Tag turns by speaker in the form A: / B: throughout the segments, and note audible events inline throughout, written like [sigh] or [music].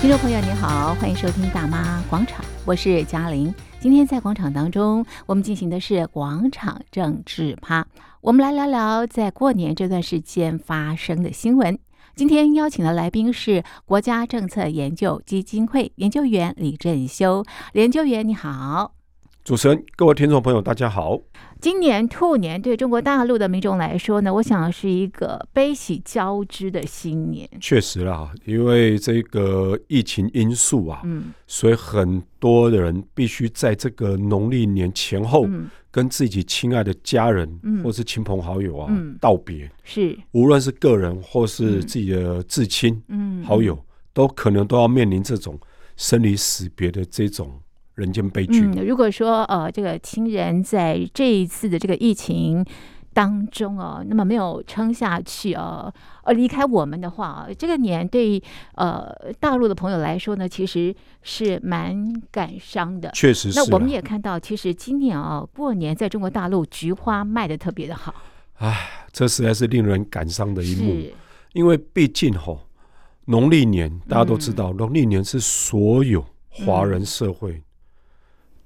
A: 听众朋友，你好，欢迎收听《大妈广场》，我是嘉玲。今天在广场当中，我们进行的是广场政治趴，我们来聊聊在过年这段时间发生的新闻。今天邀请的来宾是国家政策研究基金会研究员李振修，李研究员你好。
B: 主持人，各位听众朋友，大家好。
A: 今年兔年对中国大陆的民众来说呢，我想是一个悲喜交织的新年。
B: 确实啦，因为这个疫情因素啊，
A: 嗯
B: 所以很多的人必须在这个农历年前后
A: 嗯，
B: 跟自己亲爱的家人
A: 嗯
B: 或是亲朋好友啊
A: 嗯
B: 道别，
A: 是
B: 无论是个人或是
A: 嗯
B: 自己的至亲
A: 嗯
B: 好友，都可能都要面临这种生离死别的这种人间悲剧。
A: 嗯，如果说呃，这个亲人在这一次的这个疫情当中哦，那么没有撑下去哦，呃，离开我们的话，呃这个年对呃大陆的朋友来说呢，其实是蛮感伤的。
B: 确实是啦，
A: 那我们也看到，其实今年哦，过年在中国大陆菊花卖的特别的好，
B: 这实在是令人感伤的一幕。
A: 是
B: 因为毕竟吼，农历年大家都
A: 嗯
B: 知道，农历年是所有华人社
A: 嗯
B: 会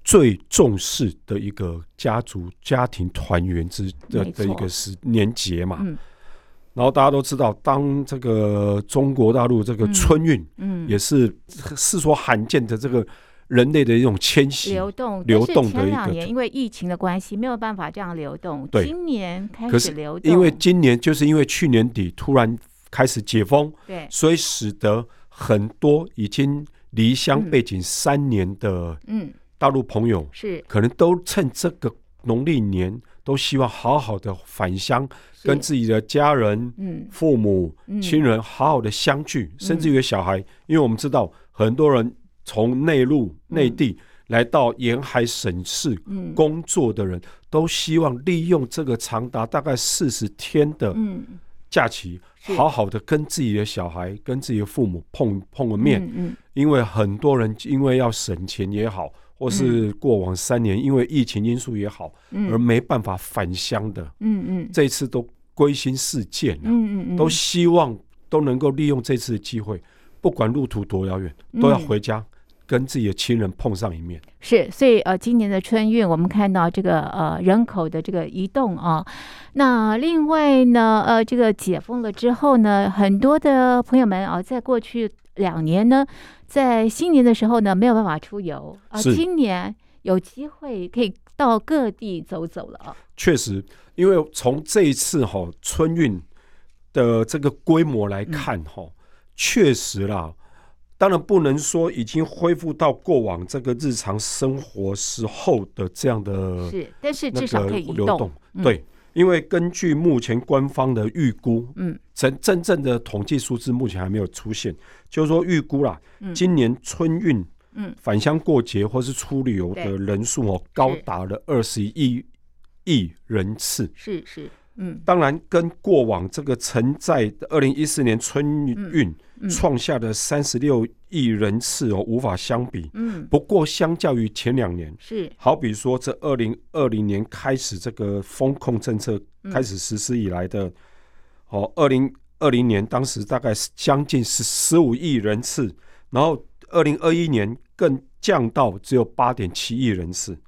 B: 最重视的一个家族家庭团圆之的
A: 没错
B: 的一个时年节嘛。
A: 嗯
B: 然后大家都知道，当这个中国大陆这个春运、
A: 嗯，
B: 也是是说罕见的这个人类的一种迁徙，
A: 流动
B: 流
A: 但
B: 动
A: 是
B: 的
A: 前
B: 一
A: 两
B: 个
A: 年因为疫情的关系，没有办法这样流动。
B: 对
A: 今年开
B: 可
A: 始
B: 是
A: 流动，
B: 因为今年就是因为去年底突然开始解封，
A: 对
B: 所以使得很多已经离乡背井三年的
A: 嗯
B: 大陆朋友，
A: 是
B: 可能都趁这个农历年，都希望好好的返乡，
A: 是
B: 跟自己的家人、
A: 嗯
B: 父母、
A: 嗯
B: 亲人好好的相聚，甚至于小孩，因为我们知道很多人从内陆、
A: 嗯
B: 内地来到沿海省市
A: 嗯
B: 工作的人，都希望利用这个长达大概四十天的
A: 嗯
B: 假期，
A: 是
B: 好好的跟自己的小孩、跟自己的父母碰碰个面，
A: 嗯嗯
B: 因为很多人因为要省钱也好，或是过往三年因为疫情因素也好，
A: 嗯
B: 而没办法返乡的，
A: 嗯嗯
B: 这次都归心似箭了、
A: 嗯嗯
B: 都希望都能够利用这次的机会，不管路途多遥远，都
A: 嗯
B: 要回家跟自己的亲人碰上一面。
A: 是，所以呃，今年的春运我们看到这个呃人口的这个移动啊，那另外呢呃这个解封了之后呢，很多的朋友们啊，在过去两年呢，在新年的时候呢没有办法出游啊，
B: 是
A: 今年有机会可以到各地走走了啊，
B: 确实，因为从这一次哈、春运的这个规模来
A: 嗯
B: 看哈、确实啦，当然不能说已经恢复到过往这个日常生活时候的这样的
A: 是，但是
B: 呃那
A: 至少
B: 个
A: 可以移
B: 流动，
A: 嗯
B: 对。因为根据目前官方的预估，
A: 嗯，
B: 真真正的统计数字目前还没有出现，就是说预估啦，
A: 嗯
B: 今年春运，
A: 嗯，
B: 返乡过节或是出旅游
A: 对
B: 的人数哦，高达了二十一亿人次，
A: 是是，嗯
B: 当然，跟过往这个曾在二零一四年春运
A: 嗯
B: 创下的三十六亿人次哦无法相比。
A: 嗯
B: 不过，相较于前两年，
A: 是，
B: 好比说这二零二零年开始这个风控政策
A: 嗯
B: 开始实施以来的，哦，二零二零年当时大概是将近十十五亿人次，然后二零二一年更降到只有八点七亿人次，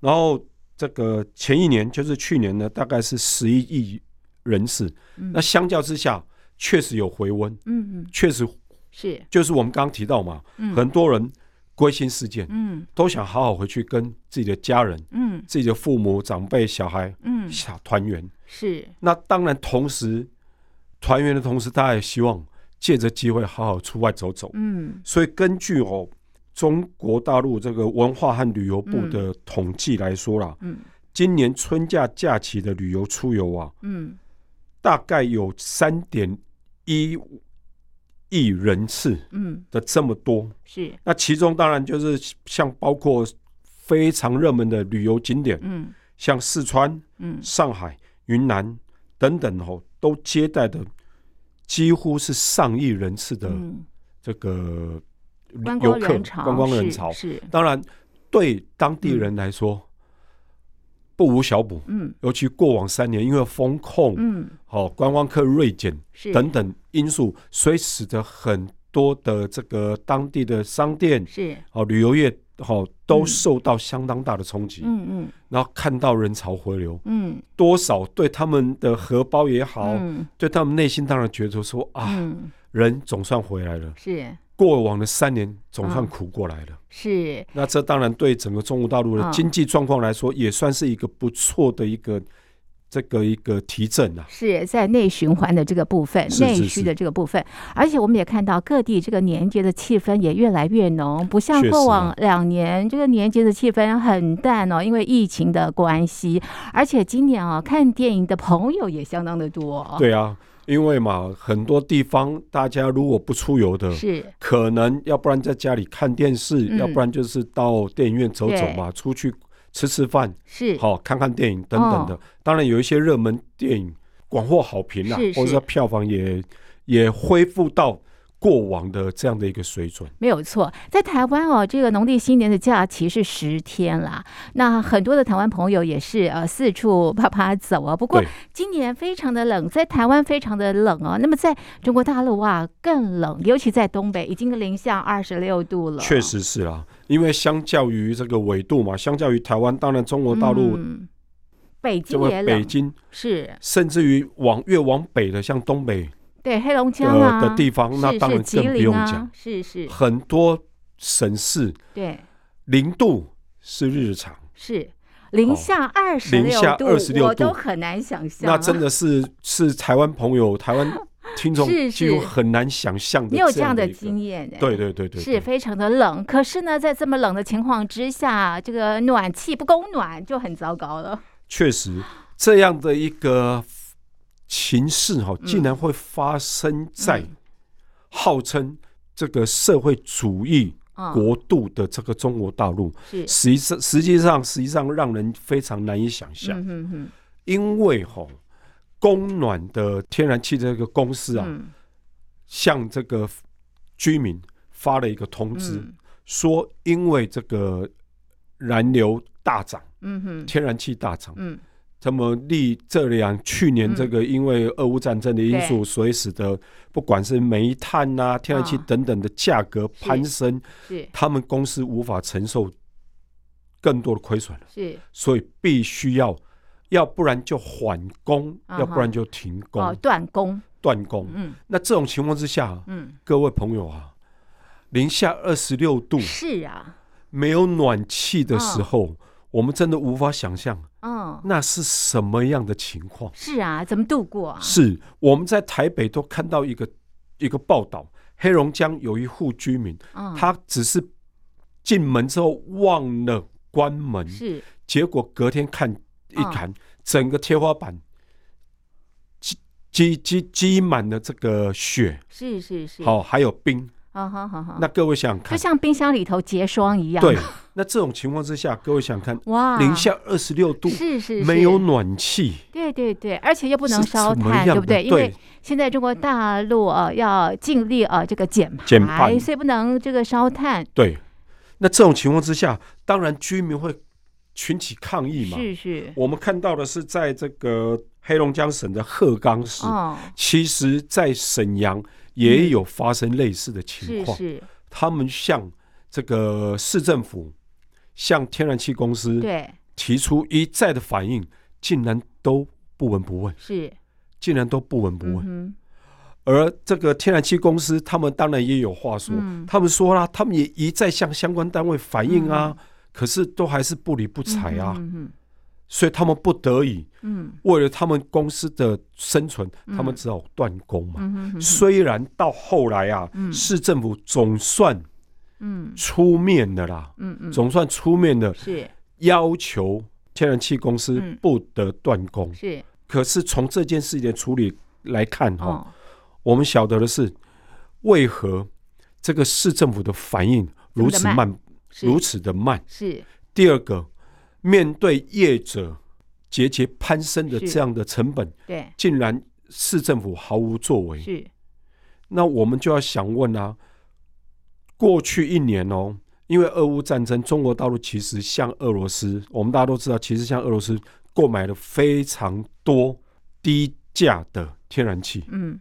B: 然后这个前一年就是去年呢，大概是十一亿人次，
A: 嗯
B: 那相较之下确实有回温，
A: 嗯嗯
B: 确实
A: 是，
B: 就是我们刚刚提到嘛，
A: 嗯
B: 很多人归心似箭，
A: 嗯
B: 都想好好回去跟自己的家人。
A: 嗯
B: 自己的父母、长辈、小孩
A: 嗯
B: 小团圆。
A: 是，
B: 那当然，同时团圆的同时，大家也希望借着机会好好出外走走。
A: 嗯
B: 所以，根据哦中国大陆这个文化和旅游部的统计来说啦，
A: 嗯
B: 今年春假假期的旅游出游啊，
A: 嗯
B: 大概有三点一亿人次
A: 嗯
B: 的这么多。
A: 是，
B: 那其中当然就是像包括非常热门的旅游景点，
A: 嗯
B: 像四川、
A: 嗯
B: 上海、云南等等哦，都接待的几乎是上亿人次的
A: 嗯，
B: 这个
A: 观
B: 游
A: 光
B: 客
A: 人潮，
B: 观光人
A: 是嗯
B: 潮。
A: 是，
B: 当然，对当地人来说、不无小补，
A: 嗯
B: 尤其过往三年因为风控、
A: 嗯
B: 哦观光客锐减
A: 是
B: 等等因素，所以使得很多的这个当地的商店
A: 是，
B: 哦，旅游业哦都
A: 嗯
B: 受到相当大的冲击。
A: 嗯嗯
B: 然后看到人潮回流，
A: 嗯，
B: 多少对他们的荷包也好，
A: 嗯
B: 对他们内心当然觉得说啊，
A: 嗯，
B: 人总算回来了，
A: 是
B: 过往的三年总算
A: 啊
B: 苦过来了。
A: 是，
B: 那这当然对整个中国大陆
A: 啊
B: 的经济状况来说，也算是一个不错的一个这个一个提振啊。
A: 是在内循环的这个部分，
B: 是
A: 内
B: 是
A: 需
B: 是
A: 的这个部分，而且我们也看到各地这个年节的气氛也越来越浓，不像
B: 确
A: 过
B: 实
A: 往
B: 啊
A: 两年这个年节的气氛很淡哦，因为疫情的关系，而且今年啊、看电影的朋友也相当的多、哦，，
B: 对啊，因为嘛，很多地方大家如果不出游的，
A: 是
B: 可能要不然在家里看电视，
A: 嗯
B: 要不然就是到电影院走走嘛，出去吃吃饭，
A: 是哦
B: 好、看看电影等等的。当然有一些热门电影广获好评啦、
A: 是是
B: 或者说票房也也恢复到过往的这样的一个水准。
A: 没有错，在台湾哦，这个农历新年的假期是十天啦。那很多的台湾朋友也是呃四处啪啪走啊。不过
B: 对
A: 今年非常的冷，在台湾非常的冷哦。那么在中国大陆啊更冷，尤其在东北已经零下二十六度了。
B: 确实是啦、因为相较于这个纬度嘛，相较于台湾，当然中国
A: 嗯，
B: 大陆
A: 北
B: 这
A: 京
B: 个
A: 也
B: 北
A: 冷，
B: 京，
A: 是
B: 甚至于往越往北的，像东北
A: 对黑龙
B: 的、
A: 江啊
B: 呃的地方，那
A: 是
B: 当
A: 是
B: 然
A: 吉
B: 更不
A: 林
B: 用
A: 啊
B: 讲，
A: 是是，
B: 很多省市
A: 对
B: 零度是日常，
A: 是。零
B: 哦
A: 下二十六
B: 下26
A: 我都
B: 度
A: 很难想象、啊
B: 那真的是是台湾朋友、台湾听
A: [laughs]
B: 众
A: 是
B: 几乎
A: 是
B: 很难想象的
A: 你有这样的
B: 的一个
A: 经验的，
B: 对对对对，
A: 是
B: 对
A: 非常的冷。可是呢，在这么冷的情况之下，这个暖气不供暖就很糟糕了。
B: 确实这样的一个情势哈、
A: 嗯
B: 竟然会发生在
A: 嗯
B: 号称这个社会主义
A: 嗯，
B: 国度的这个中国大陆，
A: 是，
B: 实际上实际上实际上让人非常难以想象，
A: 嗯哼哼，
B: 因为哈、供暖的天然气这个公司啊，
A: 嗯
B: 向这个居民发了一个通知，
A: 嗯
B: 说因为这个燃油大涨，
A: 嗯哼，
B: 天然气大涨，
A: 嗯
B: 那么历这两去年这个因为俄乌战争的因素，所以使得不管是煤炭啊、天然气
A: 啊
B: 等等的价格攀升，
A: 是
B: 他们公司无法承受更多的亏损了，
A: 嗯是
B: 所以必须要。要不然就缓工，
A: 啊哈
B: 要不然就停工、
A: 哦，断供，
B: 断工。
A: 嗯
B: 那这种情况之下，
A: 嗯，
B: 各位朋友啊，零下二十六度
A: 是啊，
B: 没有暖气的时候，我们真的无法想象
A: 嗯
B: 那是什么样的情况。
A: 是啊，怎么度过啊？
B: 是我们在台北都看到一个一个报道，黑龙江有一户居民，
A: 嗯，
B: 他只是进门之后忘了关门，
A: 是
B: 结果隔天看一
A: 嗯
B: 看，整个天花板积积积积满了这个雪，
A: 是是是，
B: 好、还有冰。
A: 啊，好好好，
B: 那各位想想看
A: 就，像冰箱里头结霜一样，啊
B: 对，那这种情况之下，各位想看
A: 哇，
B: 零下二十六度，
A: 是是
B: 没
A: 是
B: 有暖气，
A: 对对对，而且又不
B: 是
A: 能烧
B: 怎么
A: 炭，
B: 样
A: 对不
B: 的
A: 对？因为现在中国大陆啊，呃要尽力啊，呃这个减排，
B: 减排
A: 所以不能这个烧炭。
B: 对，那这种情况之下，当然居民会群起抗议嘛。
A: 是是，
B: 我们看到的是在这个黑龙江省的鹤岗市，
A: 哦，
B: 其实在沈阳也有发生类似的情
A: 是
B: 况，
A: 是，
B: 他们向这个市政府、向天然气公司
A: 对，
B: 提出一再的反应，竟然都不闻不问，
A: 是，
B: 竟然都不闻不问。
A: 嗯
B: 而这个天然气公司，他们当然也有话说，
A: 嗯
B: 他们说啦，他们也一再向相关单位反映啊，可是都还是不理不
A: 哼，
B: 睬啊，
A: 嗯哼
B: 所以他们不得已，
A: 嗯
B: 为了他们公司的生存，
A: 嗯
B: 他们只好断供嘛。
A: 嗯哼嗯哼
B: 虽然到后来啊，
A: 嗯
B: 市政府总算
A: 嗯
B: 出面的啦，
A: 嗯嗯，
B: 总算出面的
A: 是
B: 要求天然气公司
A: 嗯
B: 不得断供，
A: 是
B: 可是从这件事情的处理来看哈、
A: 哦，
B: 我们晓得的是，为何这个市政府的反应如此慢，
A: 是
B: 如此的慢？
A: 是
B: 第二个，面对业者节节攀升的
A: 是
B: 这样的成本，
A: 对
B: 竟然市政府毫无作为。
A: 是
B: 那我们就要想问啊，过去一年哦，因为俄乌战争，中国大陆其实向俄罗斯，我们大家都知道，其实向俄罗斯购买了非常多低价的天然气。
A: 嗯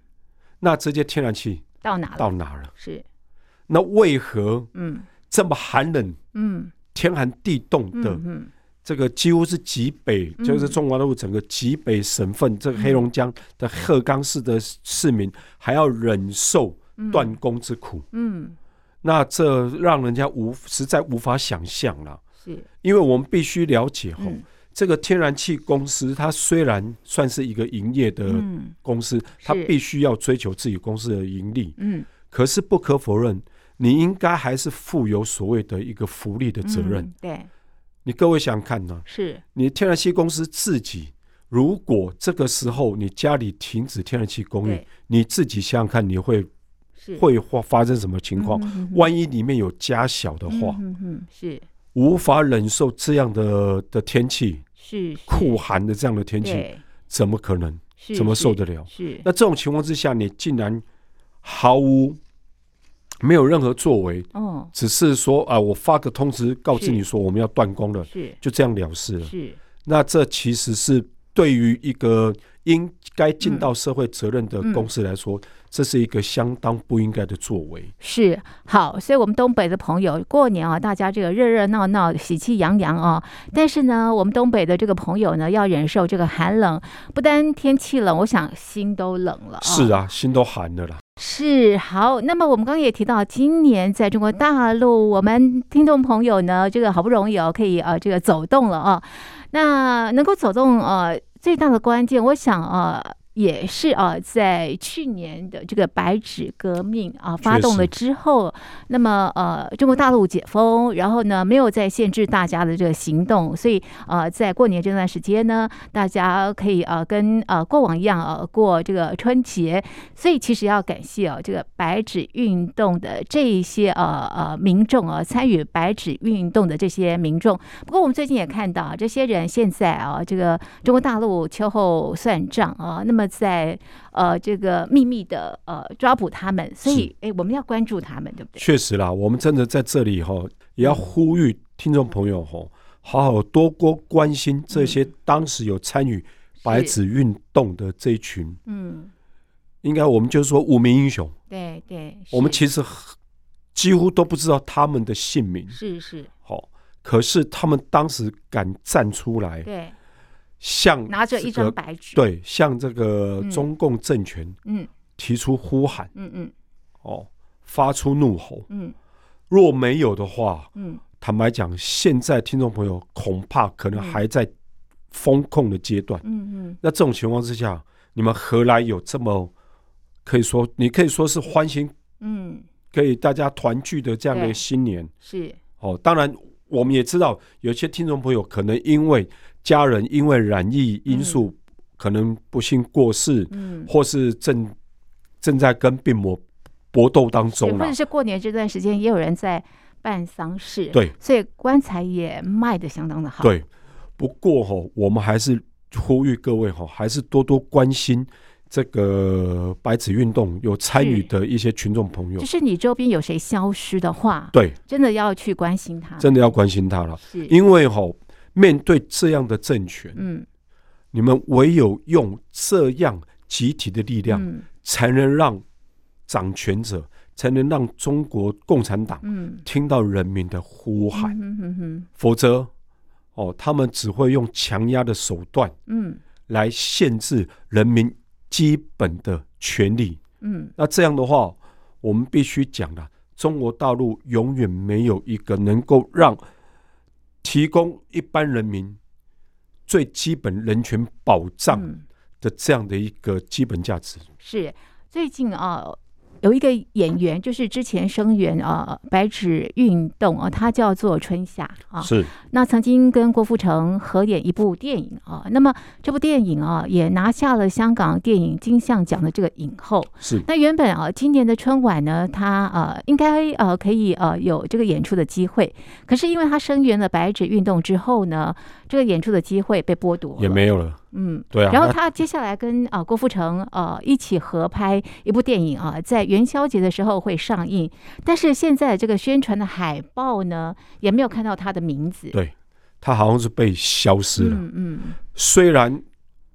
B: 那这些天然气
A: 到哪了？
B: 到哪了？
A: 是，
B: 那为何
A: 嗯
B: 这么寒冷、
A: 嗯
B: 天寒地冻
A: 嗯
B: 的
A: 嗯
B: 这个几乎是极北，
A: 嗯
B: 就是中华大陆整个极北省份，这个黑龙江的鹤冈市的市民还要忍受
A: 嗯
B: 断供之苦，
A: 嗯
B: 那这让人家无实在无法想象了。
A: 是，
B: 因为我们必须了解吼，
A: 嗯
B: 这个天然气公司它虽然算是一个营业的
A: 嗯
B: 公司，它
A: 是
B: 必须要追求自己公司的盈利，
A: 嗯
B: 可是不可否认，你应该还是负有所谓的一个福利的责任。
A: 嗯对
B: 你各位想想看呢、
A: 是，
B: 你天然气公司自己，如果这个时候你家里停止天然气供应
A: 对，
B: 你自己想想看，你会
A: 是
B: 会发发生什么情况？
A: 万
B: 万一里面有家小的话，
A: 嗯嗯是
B: 无法忍受这样的的天气，
A: 是是
B: 酷寒的这样的天气，
A: 对
B: 怎么可能？
A: 是
B: 怎么
A: 是
B: 受得了
A: 是
B: 那这种情况之下，你竟然毫无没有任何作为，
A: 哦
B: 只是说啊，我发个通知告
A: 是
B: 知你说我们要断供了，
A: 是
B: 就这样了事了。
A: 是
B: 那这其实是对于一个应该尽
A: 嗯
B: 到社会责任的公司来说，这是一个相当不应该的作为。
A: 是好，所以我们东北的朋友过年啊，大家这个热热闹闹、喜气洋洋啊。但是呢，我们东北的这个朋友呢，要忍受这个寒冷，不单天气冷，我想心都冷了、啊。
B: 是啊，心都寒了啦。
A: 是好，那么我们刚刚也提到，今年在中国大陆，我们听众朋友呢，这个好不容易哦，可以呃，这个走动了啊。那能够走动呃，最大的关键，我想呃，也是啊、呃，在去年的这个白纸革命啊、发
B: 确
A: 动了
B: 实
A: 之后，那么呃，中国大陆解封，然后呢，没有再限制大家的这个行动，所以呃，在过年这段时间呢，大家可以呃跟呃过往一样呃过这个春节，所以其实要感谢哦这个白纸运动的这一些呃呃民众啊、参与白纸运动的这些民众。不过我们最近也看到啊，这些人现在啊，这个中国大陆秋后算账啊，那么在呃这个秘密的呃抓捕他们，所以哎我们要关注他们，对不对？
B: 确实啦，我们真的在这里哈、
A: 嗯
B: 也要呼吁听众朋友哈、好好多多关心这些当时有参与白
A: 嗯是，
B: 纸运动的这一群，
A: 嗯，
B: 应该我们就是说无名英雄，
A: 对对，
B: 我们
A: 是
B: 其实很几乎都不知道他们的姓名。
A: 是是，
B: 好、可是他们当时敢站出来，
A: 对，
B: 向
A: 拿着
B: 这
A: 一张
B: 个
A: 白纸，，
B: 对向这个
A: 嗯
B: 中共政权
A: 嗯
B: 提出呼喊、
A: 嗯嗯
B: 哦，发出怒吼。
A: 嗯
B: 若没有的话，
A: 嗯，
B: 坦白讲，现在听众朋友恐怕可能
A: 嗯
B: 还在风控的阶段。
A: 嗯嗯，
B: 那这种情况之下，你们何来有这么可以说，你可以说是欢欣，
A: 嗯
B: 可以大家团聚的这样
A: 对
B: 的新年？
A: 是，
B: 哦，当然，我们也知道有些听众朋友可能因为家人因为染疫因素，可能不幸过世，
A: 嗯。
B: 或是正正在跟病魔搏斗当
A: 是
B: 中
A: 或
B: 啦
A: 者。是过年这段时间，也有人在办丧事，
B: 对，
A: 所以棺材也卖的相当的好。，
B: 对，不过哈、我们还是呼吁各位哈、还是多多关心这个白纸运动有参与
A: 是
B: 的一些群众朋友
A: 就，是你周边有谁消失的话，
B: 对，
A: 真的要去关心他。
B: 真的要关心他了，
A: 是，
B: 因为哈、面对这样的政权，
A: 嗯，
B: 你们唯有用这样集体的力量。
A: 嗯
B: 才能让掌权者，才能让中国共产党
A: 嗯，
B: 听到人民的呼喊，
A: 嗯嗯嗯
B: 否则，哦，他们只会用强压的手段
A: 嗯
B: 来限制人民基本的权利。
A: 嗯
B: 那这样的话，我们必须讲了，中国大陆永远没有一个能够让提供一般人民最基本人权保障
A: 嗯
B: 的这样的一个基本价值。
A: 是最近啊。有一个演员，就是之前声援啊白纸运动啊，他叫做春夏啊，
B: 是
A: 那曾经跟郭富城合演一部电影啊，那么这部电影啊也拿下了香港电影金像奖的这个影后。
B: 是，
A: 那原本啊，今年的春晚呢，他呃应该呃可以呃有这个演出的机会，可是因为他声援了白纸运动之后呢，这个演出的机会被剥夺了
B: 也没有了。
A: 嗯。
B: 对啊，
A: 然后
B: 那
A: 他接下来跟呃郭富城呃一起合拍一部电影啊，在元宵节的时候会上映，但是现在这个宣传的海报呢，也没有看到他的名字。嗯
B: 对他好像是被消失了。
A: 嗯嗯
B: 虽然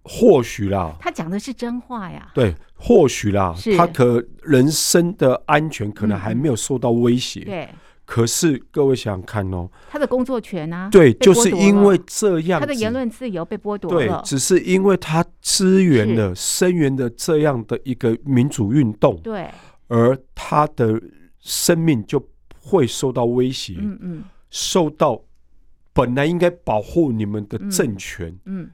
B: 或许啦，
A: 他讲的是真话呀。
B: 对，或许啦
A: 是，嗯
B: 他可人身的安全可能还没有受到威胁。
A: 对，
B: 可是各位想想看哦，
A: 他的工作权啊，
B: 对，
A: 被剥
B: 就
A: 夺
B: 是
A: 了
B: 因为这样
A: 他的
B: 子
A: 言论自由被剥夺
B: 对
A: 了，。
B: 只是因为他支援了、声援了这样的一个民主运动，
A: 对，
B: 而他的生命就会受到威胁，
A: 嗯嗯
B: 受到本来应该保护你们的政权
A: 嗯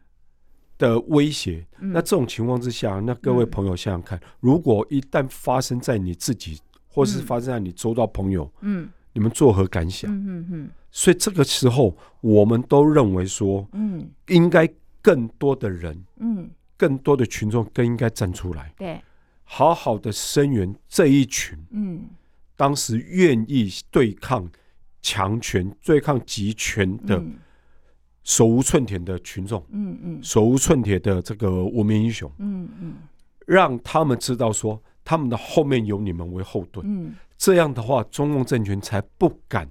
B: 的威胁。
A: 嗯，
B: 那这种情况之下，那各位
A: 嗯
B: 朋友想想看，如果一旦发生在你自己，或是
A: 嗯
B: 发生在你周遭朋友，
A: 嗯
B: 你们作何感想？
A: 嗯嗯嗯
B: 所以这个时候，我们都认为说，
A: 嗯
B: 应该更多的人、
A: 嗯，
B: 更多的群众更应该站出来，
A: 对，
B: 好好的声援这一群
A: 嗯
B: 当时愿意对抗强权、对抗集权的
A: 嗯
B: 手无寸铁的群众，
A: 嗯嗯
B: 手无寸铁的这个文明英雄，
A: 嗯嗯
B: 让他们知道说，他们的后面有你们为后盾。
A: 嗯
B: 这样的话，中共政权才不敢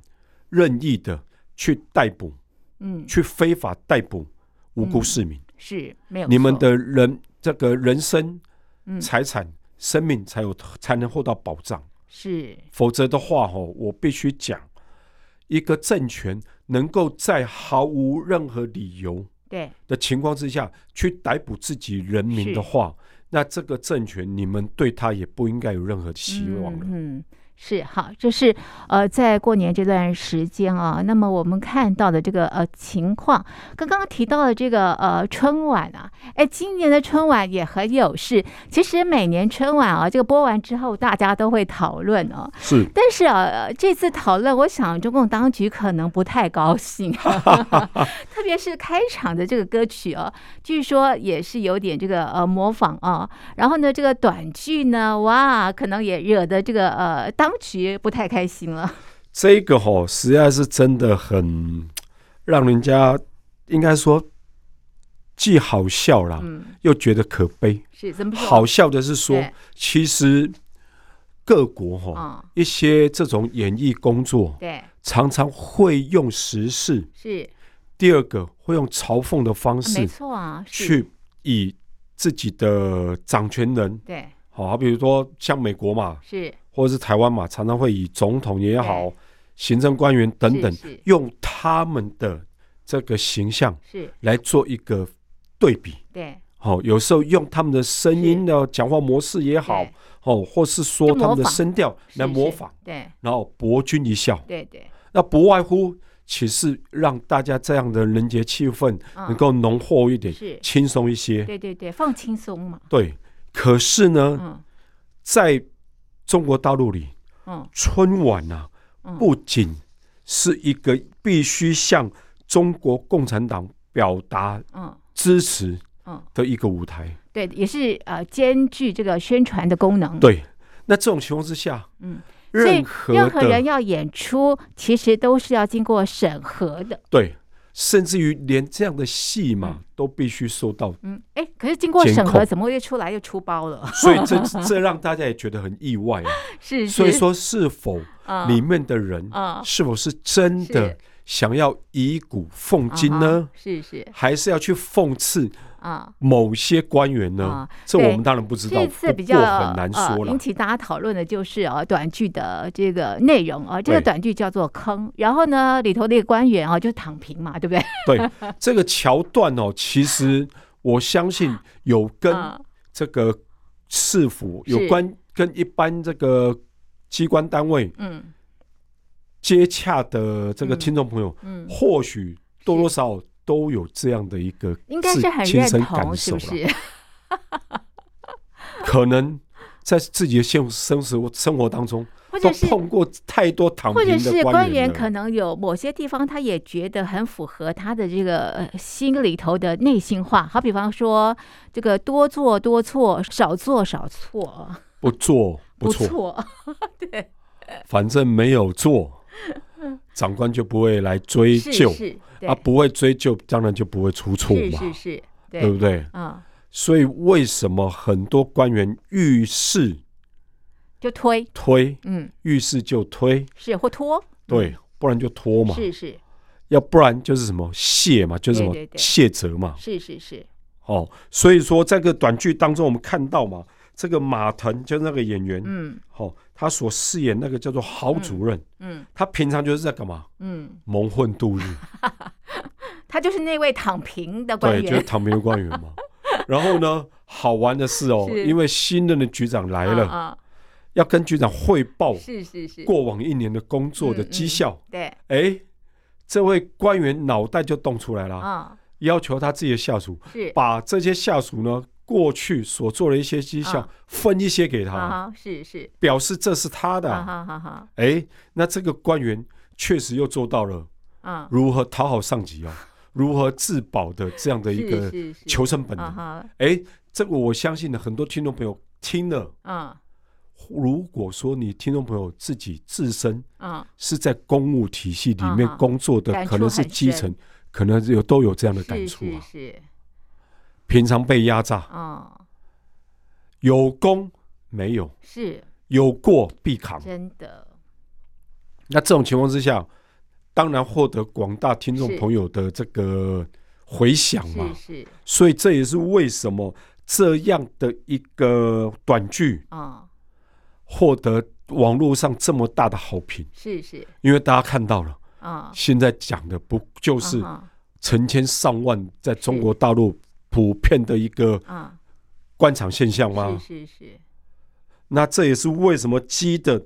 B: 任意的去逮捕、
A: 嗯，
B: 去非法逮捕无辜市民。
A: 是嗯没有
B: 你们
A: 错
B: 的人这个人身、
A: 嗯
B: 财产、生命才有才能获到保障，
A: 是
B: 否则的话，哦，我必须讲，一个政权能够在毫无任何理由
A: 对
B: 的情况之下去逮捕自己人民的话，那这个政权你们对他也不应该有任何期望了。
A: 嗯。嗯是好，这是呃，在过年这段时间啊，那么我们看到的这个呃情况，刚刚提到的这个呃春晚啊，哎，今年的春晚也很有事。其实每年春晚啊，这个播完之后，大家都会讨论哦、
B: 是
A: 但是啊，呃这次讨论，我想中共当局可能不太高
B: [laughs]
A: 兴，特别是开场的这个歌曲哦，据说也是有点这个呃模仿啊。然后呢，这个短剧呢，哇，可能也惹得这个呃当局不太开心了。 [laughs]
B: 这个哈、实在是真的很让人家应该说既好笑啦，
A: 嗯，
B: 又觉得可悲。
A: 是怎么说？
B: 好笑的是说
A: 对，
B: 其实各国哈、
A: 嗯，
B: 一些这种演艺工作
A: 对，
B: 常常会用时事，
A: 是
B: 第二个会用嘲讽的方
A: 没
B: 式
A: 错啊，是，
B: 去以自己的掌权人，
A: 对，
B: 好，好比如说像美国嘛，
A: 是
B: 或者是台湾嘛，常常会以总统也好
A: 对，
B: 行政官员等等
A: 是是，
B: 用他们的这个形象
A: 是，
B: 来做一个对比。
A: 对，
B: 好、有时候用他们的声音的讲话模式也好
A: 对，
B: 哦，或是说
A: 就模
B: 他们的
A: 仿
B: 声调来
A: 是
B: 模
A: 是
B: 仿，
A: 对，
B: 然后博君一笑。
A: 对对，
B: 那不外乎其实让大家这样的人节气氛能
A: 嗯，
B: 够浓厚一点，
A: 是，
B: 轻松一些。
A: 对对对，放轻松嘛，
B: 对，可是呢，
A: 嗯
B: 在中国大陆里，
A: 嗯
B: 春晚啊，
A: 嗯，
B: 不仅是一个必须向中国共产党表达
A: 嗯
B: 支持
A: 嗯。
B: 的一个舞台。
A: 对，也是呃兼具这个宣传的功能。，
B: 对，那这种情况之下，
A: 嗯，所以
B: 任何
A: 任何人
B: 的
A: 要演出，其实都是要经过审核的。
B: 对，甚至于连这样的戏码都必须受到，
A: 嗯，哎，可是经过
B: 监
A: 审核，
B: 控
A: 怎么会出来又出包了？ [laughs]
B: 所以这这让大家也觉得很意外、啊。
A: 是，
B: 所以
A: 是，
B: 说，是否
A: 嗯
B: 里面的人
A: 嗯
B: 是否是真的
A: 是
B: 想要以古奉今
A: 啊
B: 呢
A: 哈？是是
B: 还是要去讽刺
A: 啊。
B: 某些官员呢
A: 啊？
B: 这
A: 对
B: 我们当然不知道，
A: 这次
B: 不
A: 比
B: 过
A: 较
B: 很难
A: 呃
B: 说了
A: 引。起大家讨论的就是啊短剧的这个内容啊，这个
B: 对
A: 短剧叫做《坑》，然后呢里头那个官员啊就是躺平嘛，对不对？
B: 对这个桥段哦，其
A: [laughs]
B: 实我相信有跟
A: 嗯
B: 这个市府有
A: 是
B: 关，跟一般这个机关单位
A: 嗯
B: 接洽的这个
A: 嗯
B: 听众朋友，
A: 嗯，
B: 或许多多少少都有这样的一个
A: 应该
B: 自
A: 是很
B: 亲
A: 认
B: 身
A: 同，
B: 感
A: 是
B: 受
A: 不
B: 了。
A: 是？ [laughs]
B: 可能在自己的现实生活生活当中，
A: 或者
B: 都
A: 是
B: 碰过太多躺
A: 或
B: 平
A: 者
B: 的
A: 是官
B: 员
A: 员
B: 了
A: 可能有某些地方，他也觉得很符合他的这个呃心里头的内心话，好比方说这个多做多错，少做少错，
B: 不做不
A: 不
B: 错，
A: 错，
B: 反正没有做，
A: [laughs]
B: 长官就不会来追
A: 是
B: 究
A: 是，对
B: 啊，，不会追究，当然就不会出错
A: 是
B: 嘛，
A: 是是，
B: 对不
A: 对，
B: 对？
A: 嗯，
B: 所以为什么很多官员遇事
A: 就推，
B: 推，
A: 嗯，
B: 遇事就推，
A: 是或拖，
B: 对，不然就拖嘛，
A: 嗯是是
B: 要不然就是什么卸嘛，就是什么
A: 对对对
B: 卸责嘛，
A: 是是是，
B: 哦，所以说在这个短剧当中，我们看到嘛，这个马腾就是那个演员，
A: 嗯
B: 哦，他所饰演那个叫做郝主任，
A: 嗯
B: 他平常就是在干嘛？
A: 嗯，
B: 蒙混度日，
A: 他就是那位躺平的官
B: 对，就是
A: 员，
B: 唐明的官员
A: [laughs]
B: 嘛。然后呢，好玩的是哦，
A: 是
B: 因为新任的局长来了，
A: 啊，
B: 要跟局长汇报
A: 啊是是是，
B: 过往一年的工作的绩效。
A: 对，
B: 哎、这位官员脑袋就动出来了，
A: 啊，
B: 要求他自己的下属
A: 是啊
B: 把这些下属呢过去所做的一些绩效
A: 啊
B: 分一些给他，
A: 啊哈，是是，
B: 表示这是他的。
A: 啊哈哈哈，
B: 哎、那这个官员确实又做到了
A: 啊，
B: 如何讨好上级哦，如何自保的这样的一个
A: 是是是
B: 求生本
A: 啊
B: 能。
A: 哈，
B: 哎、这个我相信呢，很多听众朋友听了，
A: 嗯
B: 如果说你听众朋友自己自身
A: 嗯，
B: 是在公务体系里面
A: 啊哈
B: 工作
A: 感
B: 的，
A: 触
B: 可能是基层，可能有都有这样的感
A: 是
B: 触
A: 是
B: 啊。
A: 是，
B: 平常被压榨，
A: 嗯，
B: 有功没有，
A: 是
B: 有过必扛。
A: 真的，
B: 那这种情况之下，当然获得广大听众
A: 是
B: 朋友的这个回响嘛
A: 是。是，
B: 所以这也是为什么这样的一个短剧
A: 嗯，
B: 获得网络上这么大的好评，
A: 是是，
B: 因为大家看到了，
A: 嗯，
B: 现在讲的不就是
A: 啊
B: 成千上万在中国大陆普遍的一个
A: 哈，
B: 官场现象
A: 嗯，
B: 吗？
A: 是是是，
B: 那这也是为什么鸡的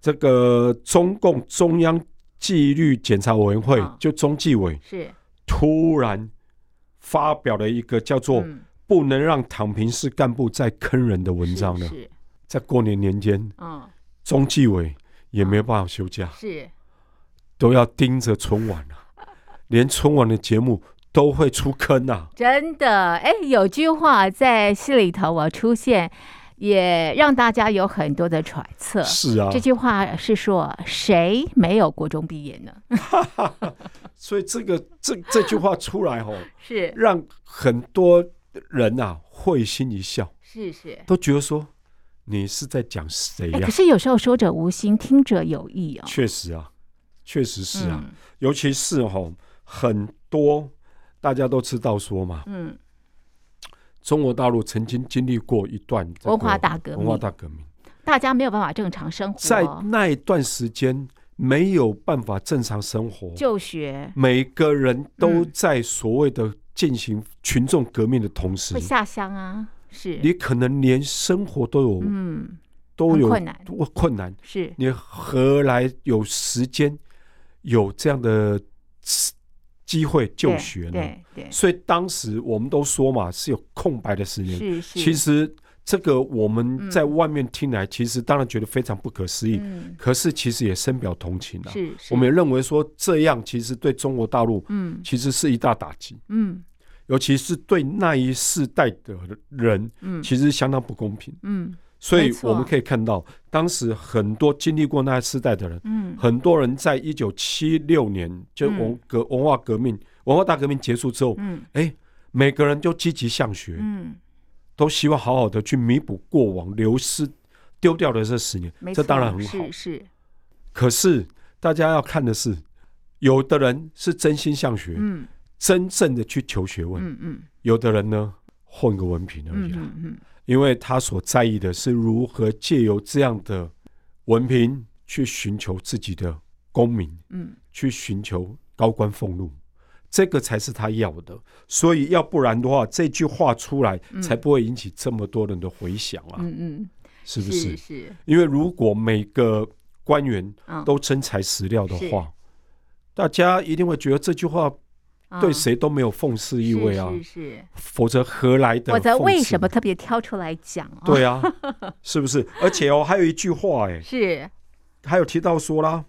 B: 这个中共中央纪律检查委员会
A: 嗯，
B: 就中纪委
A: 是
B: 突然发表了一个叫做
A: 嗯
B: “不能让躺平式干部再坑人”的文
A: 是
B: 章呢。
A: 是，
B: 在过年年间，
A: 嗯，
B: 中纪委也没有办法休假，
A: 是
B: 都要盯着春晚啊，连春晚的节目都会出坑啊。
A: 真的，哎，有句话在戏里头我出现，也让大家有很多的揣测。
B: 是啊
A: 这，句话是说谁没有国中毕业呢？
B: 所以这个这这句话出来吼、
A: 是
B: 让很多人呐、啊、会心一笑。
A: 是是，
B: 都觉得说你是在讲谁
A: 哎，
B: 哎呀、
A: 可是有时候说者无心，听者有意哦。
B: 确实啊，确实是啊，
A: 嗯
B: 尤其是吼、很多大家都知道说嘛，
A: 嗯，
B: 中国大陆曾经经历过一段这个
A: 文化大革
B: 文化
A: 命，哦
B: 大革命，
A: 大家没有办法正常生活，
B: 在那一段时间没有办法正常生活，
A: 就学
B: 每个人都
A: 嗯
B: 在所谓的进行群众革命的同时
A: 会，下乡啊，是，
B: 你可能连生活都有、
A: 嗯，
B: 都
A: 很
B: 有
A: 困难，
B: 多困难，
A: 是
B: 你何来有时间有这样的机会就
A: 对
B: 学呢？
A: 对对，
B: 所以当时我们都说嘛，是有空白的时间。
A: 是是，
B: 其实这个我们
A: 嗯
B: 在外面听来，其实当然觉得非常不可思议，
A: 嗯，
B: 可是其实也深表同情啊。
A: 是，
B: 我们
A: 是
B: 也认为说，这样其实对中国大陆
A: 嗯
B: 其实是一大打击，
A: 嗯
B: 尤其是对那一世代的人，
A: 嗯
B: 其实相当不公平。
A: 嗯
B: 所以
A: 没错
B: 我们可以看到，当时很多经历过那一世代的人，
A: 嗯，
B: 很多人在一九七六年，就
A: 嗯
B: 文革、文化革命、文化大革命结束之后，
A: 嗯
B: 哎、每个人就积极向学，
A: 嗯，
B: 都希望好好的去弥补过往流失、丢掉的这十年
A: 没，
B: 这当
A: 错
B: 然很好
A: 是。是，
B: 可是大家要看的是，有的人是真心向学，
A: 嗯
B: 真正的去求学问；
A: 嗯嗯
B: 有的人呢，混个文凭而
A: 嗯
B: 已啦，啊
A: 嗯嗯，
B: 因为他所在意的是如何借由这样的文凭去寻求自己的功名。
A: 嗯
B: 去寻求高官俸禄，这个才是他要的。所以要不然的话，这句话出来
A: 嗯
B: 才不会引起这么多人的回响啊，
A: 嗯嗯，
B: 是不
A: 是
B: 是？
A: 是，
B: 因为如果每个官员
A: 嗯，
B: 都真材实料的话，大家一定会觉得这句话对
A: 啊
B: 谁都没有讽刺意
A: 是
B: 味啊，
A: 是是，
B: 否则何来的？
A: 我则为什么？特别挑出来讲啊？，
B: [laughs] 对啊，是不是？而且哦，还有一句话、哎，
A: 是，
B: 还有提到说啦，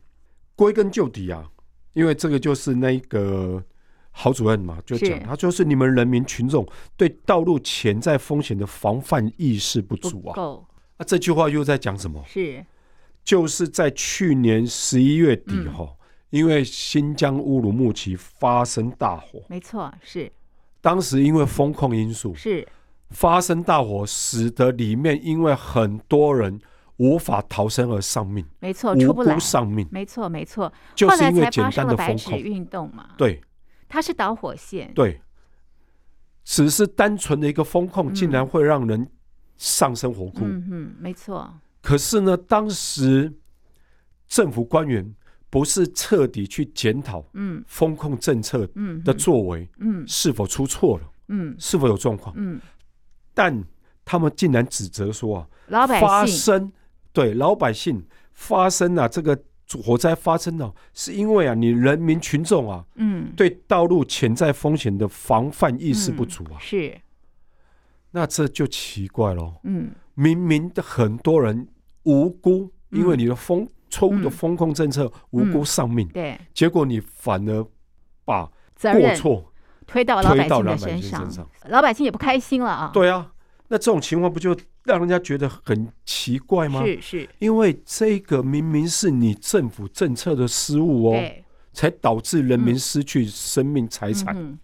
B: 归根究底啊，因为这个就是那个郝主任嘛，就讲
A: 是
B: 他就是你们人民群众对道路潜在风险的防范意识不
A: 不
B: 足啊。
A: 够，
B: 那、这句话又在讲什么？
A: 是，
B: 就是在去年十一月底
A: 嗯
B: 哈、因为新疆乌鲁木齐发生大火，
A: 没错，是
B: 当时因为风控因素
A: 是，
B: 发生大火，使得里面因为很多人无法逃生而丧命，
A: 没错，哦出
B: 无
A: 不来
B: 辜，丧命，
A: 没错没错。
B: 就
A: 后
B: 是
A: 来
B: 因为
A: 才
B: 简
A: 发
B: 单
A: 生了
B: 的
A: 白
B: 风
A: 纸
B: 控。
A: 运动嘛，
B: 对，
A: 它是导火线，
B: 对，只是单纯的一个风控，
A: 嗯
B: 竟然会让人上升火窟。
A: 嗯哼，没错，
B: 可是呢，当时政府官员不是彻底去检讨
A: 嗯
B: 风控政策
A: 嗯
B: 的
A: 哼
B: 作为
A: 嗯
B: 是否出错了，
A: 嗯
B: 是否有状况，
A: 嗯，
B: 但他们竟然指责说啊，
A: 老百
B: 发
A: 姓，
B: 生对老百姓发生啊这个火灾发生了、是因为啊你人民群众啊
A: 嗯，
B: 对道路潜在风险的防范意识不足啊，
A: 是，
B: 那这就奇怪咯，
A: 嗯
B: 明明的很多人无辜，
A: 嗯
B: 因为你的风错误的
A: 嗯
B: 风控政策无辜丧命，
A: 对，
B: 结果你反而把
A: 责
B: 过
A: 任嗯
B: 错
A: 推到老
B: 推
A: 百
B: 到
A: 姓的
B: 老百
A: 身
B: 姓身
A: 上
B: 上，，
A: 老百姓也不开心了啊，
B: 对啊，那这种情况不就让人家觉得很奇怪吗？
A: 是是，
B: 因为这个明明是你政府政策的失误哦，
A: 对，
B: 才导致人民
A: 嗯
B: 失去生命财产，
A: 嗯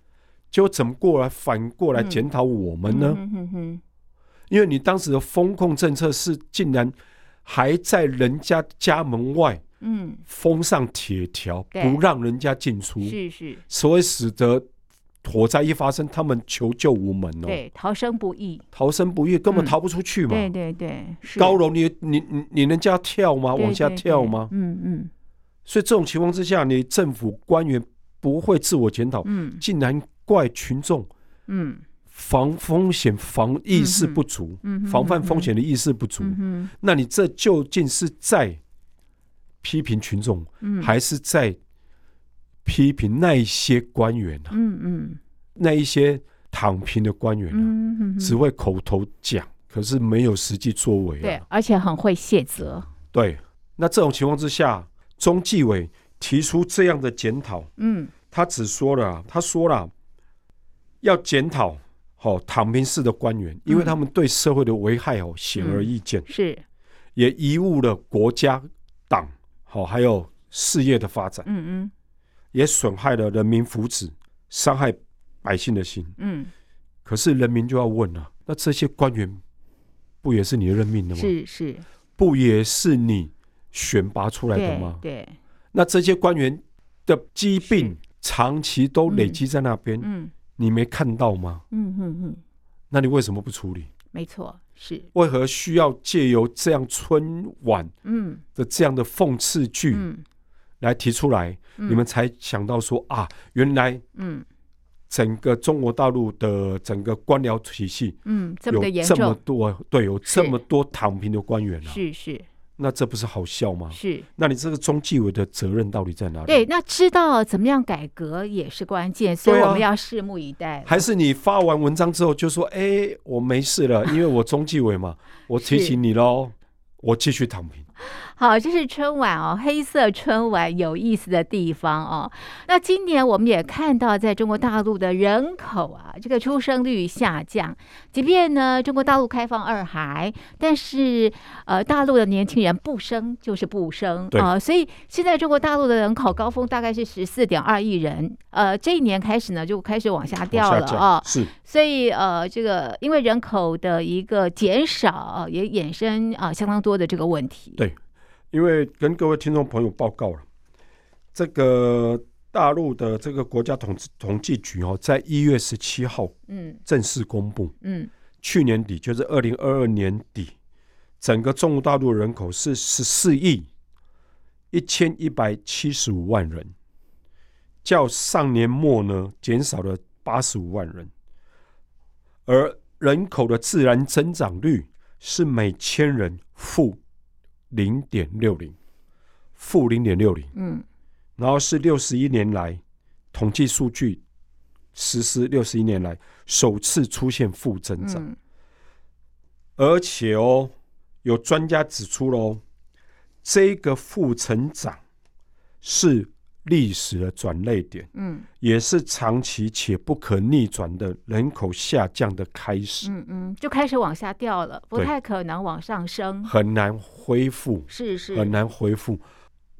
B: 结果怎么过来反过来
A: 嗯
B: 检讨我们
A: 哼
B: 呢？
A: 嗯哼哼
B: 因为你当时的风控政策是竟然还在人家家门外
A: 嗯，
B: 封上铁条，
A: 对
B: 不让人家进出，
A: 是是，
B: 所以使得火灾一发生，他们求救无门哦，
A: 对，逃生不易，
B: 逃生不易，根本
A: 嗯
B: 逃不出去嘛。
A: 对对对，是
B: 高楼你你你你能叫他跳吗？
A: 对
B: 往下
A: 对
B: 跳
A: 对
B: 吗？
A: 嗯嗯
B: 所以这种情况之下，你政府官员不会自我检讨，
A: 嗯
B: 竟然怪群众
A: 嗯
B: 防风险、防意识不足，
A: 嗯哼，
B: 防范
A: 嗯
B: 风
A: 哼，
B: 险的意识不足。
A: 嗯哼
B: 那你这究竟是在批评群众，
A: 嗯，
B: 还是在批评那一些官员啊？
A: 嗯嗯
B: 那一些躺平的官员啊，
A: 嗯嗯，
B: 只会口头讲，可是没有实际作为
A: 对
B: 啊。，
A: 而且很会卸责，
B: 对，那这种情况之下，中纪委提出这样的检讨。
A: 嗯
B: 他只说了啊，他说了要检讨哦躺平式的官员，
A: 嗯
B: 因为他们对社会的危害哦显而易见，
A: 是，
B: 也贻误了国家、党好、哦、还有事业的发展，
A: 嗯
B: 也损害了人民福祉，伤害百姓的心。
A: 嗯
B: 可是人民就要问了、那这些官员不也是你任命
A: 嗯，
B: 的吗？
A: 是是，
B: 不也是你选拔出来的
A: 对
B: 吗？
A: 对，
B: 那这些官员的疾
A: 是
B: 病长期都累积在那边，
A: 嗯
B: 你没看到吗？
A: 嗯嗯嗯，
B: 那你为什么不处理？
A: 没错，是，
B: 为何需要借由这样春晚
A: 嗯
B: 的这样的讽刺剧
A: 嗯，
B: 来提出来，
A: 嗯
B: 你们才想到说啊，原来
A: 嗯
B: 整个中国大陆的整个官僚体系
A: 嗯，这么
B: 有
A: 的严
B: 这么
A: 重，
B: 多，对，有
A: 是
B: 这么多躺平的官员啊，
A: 是是
B: 那这不是啊好笑吗？
A: 是，
B: 那你这个中纪委的责任到底在哪里？
A: 对，那知道怎么样改革也是关键，所以
B: 对啊
A: 我们要拭目以待。
B: 还是你发完文章之后就说，哎、我没事了，因为我中纪委嘛，我提
A: 是
B: 醒你喽，我继续躺平。
A: 好，这是春晚哦，黑色春晚有意思的地方哦。那今年我们也看到，在中国大陆的人口啊，这个出生率下降。即便呢，中国大陆开放二孩，但是呃，大陆的年轻人不生就是不生
B: 对
A: 啊、所以现在中国大陆的人口高峰大概是十四点二亿人，呃，这一年开始呢就开始往下掉
B: 往
A: 了
B: 下降
A: 啊、
B: 是
A: 所以呃，这个因为人口的一个减少，也衍生啊、呃相当多的这个问题。
B: 对因为跟各位听众朋友报告了，这个大陆的这个国家统计统计局哦，在一月十七号
A: 嗯
B: 正式公布，
A: 嗯
B: 去年底就是二零二二年底，整个中国大陆人口是十四亿一千一百七十五万人，较上年末呢减少了八十五万人，而人口的自然增长率是每千人负零点六零，负零点六零，
A: 嗯
B: 然后是六十一年来统计数据实施六十一年来首次出现负增长。
A: 嗯
B: 而且哦，有专家指出了哦，这个负成长是历史的转捩点，
A: 嗯
B: 也是长期且不可逆转的人口下降的开始，
A: 嗯嗯，就开始往下掉了，不
B: 对
A: 太可能往上升。
B: 很难恢复，
A: 是是，
B: 很难恢复。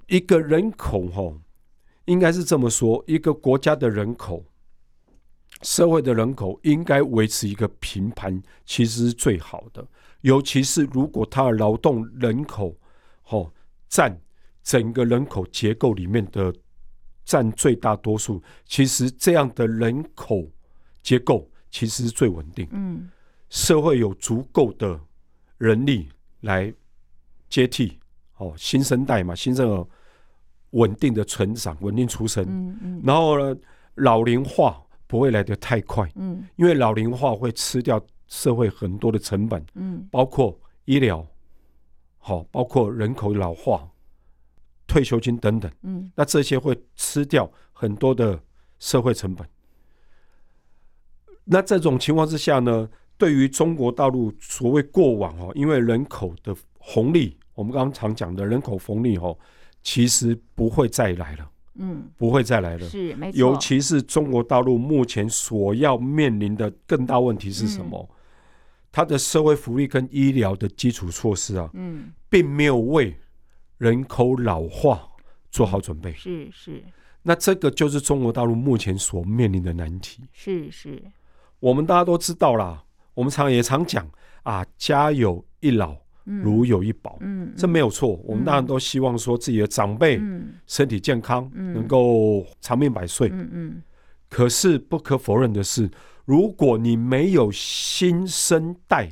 B: 一个人口哦，应该是这么说，一个国家的人口。社会的人口应该维持一个平盘，其实是最好的。尤其是如果它的劳动人口，哦，占整个人口结构里面的占最大多数，其实这样的人口结构其实是最稳定，
A: 嗯
B: 社会有足够的人力来接替哦新生代嘛，新生儿稳定的成长，稳定出生，
A: 嗯嗯
B: 然后呢，老龄化不会来得太快，
A: 嗯
B: 因为老龄化会吃掉社会很多的成本，
A: 嗯
B: 包括医疗，好、包括人口老化、退休金等等。
A: 嗯
B: 那这些会吃掉很多的社会成本。那这种情况之下呢，对于中国大陆所谓过往哦，因为人口的红利，我们刚刚常讲的人口红利哦，其实不会再来了，
A: 嗯，
B: 不会再来了。
A: 是没错，
B: 尤其是中国大陆目前所要面临的更大问题是什么？
A: 嗯
B: 它的社会福利跟医疗的基础措施啊，
A: 嗯
B: 并没有为人口老化做好准备。
A: 是是
B: 那这个就是中国大陆目前所面临的难题。
A: 是是，
B: 我们大家都知道啦，我们常也常讲啊，家有一老，
A: 嗯
B: 如有一宝，
A: 嗯
B: 这没有错。我们当然都希望说自己的长辈
A: 嗯
B: 身体健康，
A: 嗯
B: 能够长命百岁。
A: 嗯嗯
B: 可是不可否认的是，如果你没有新生代，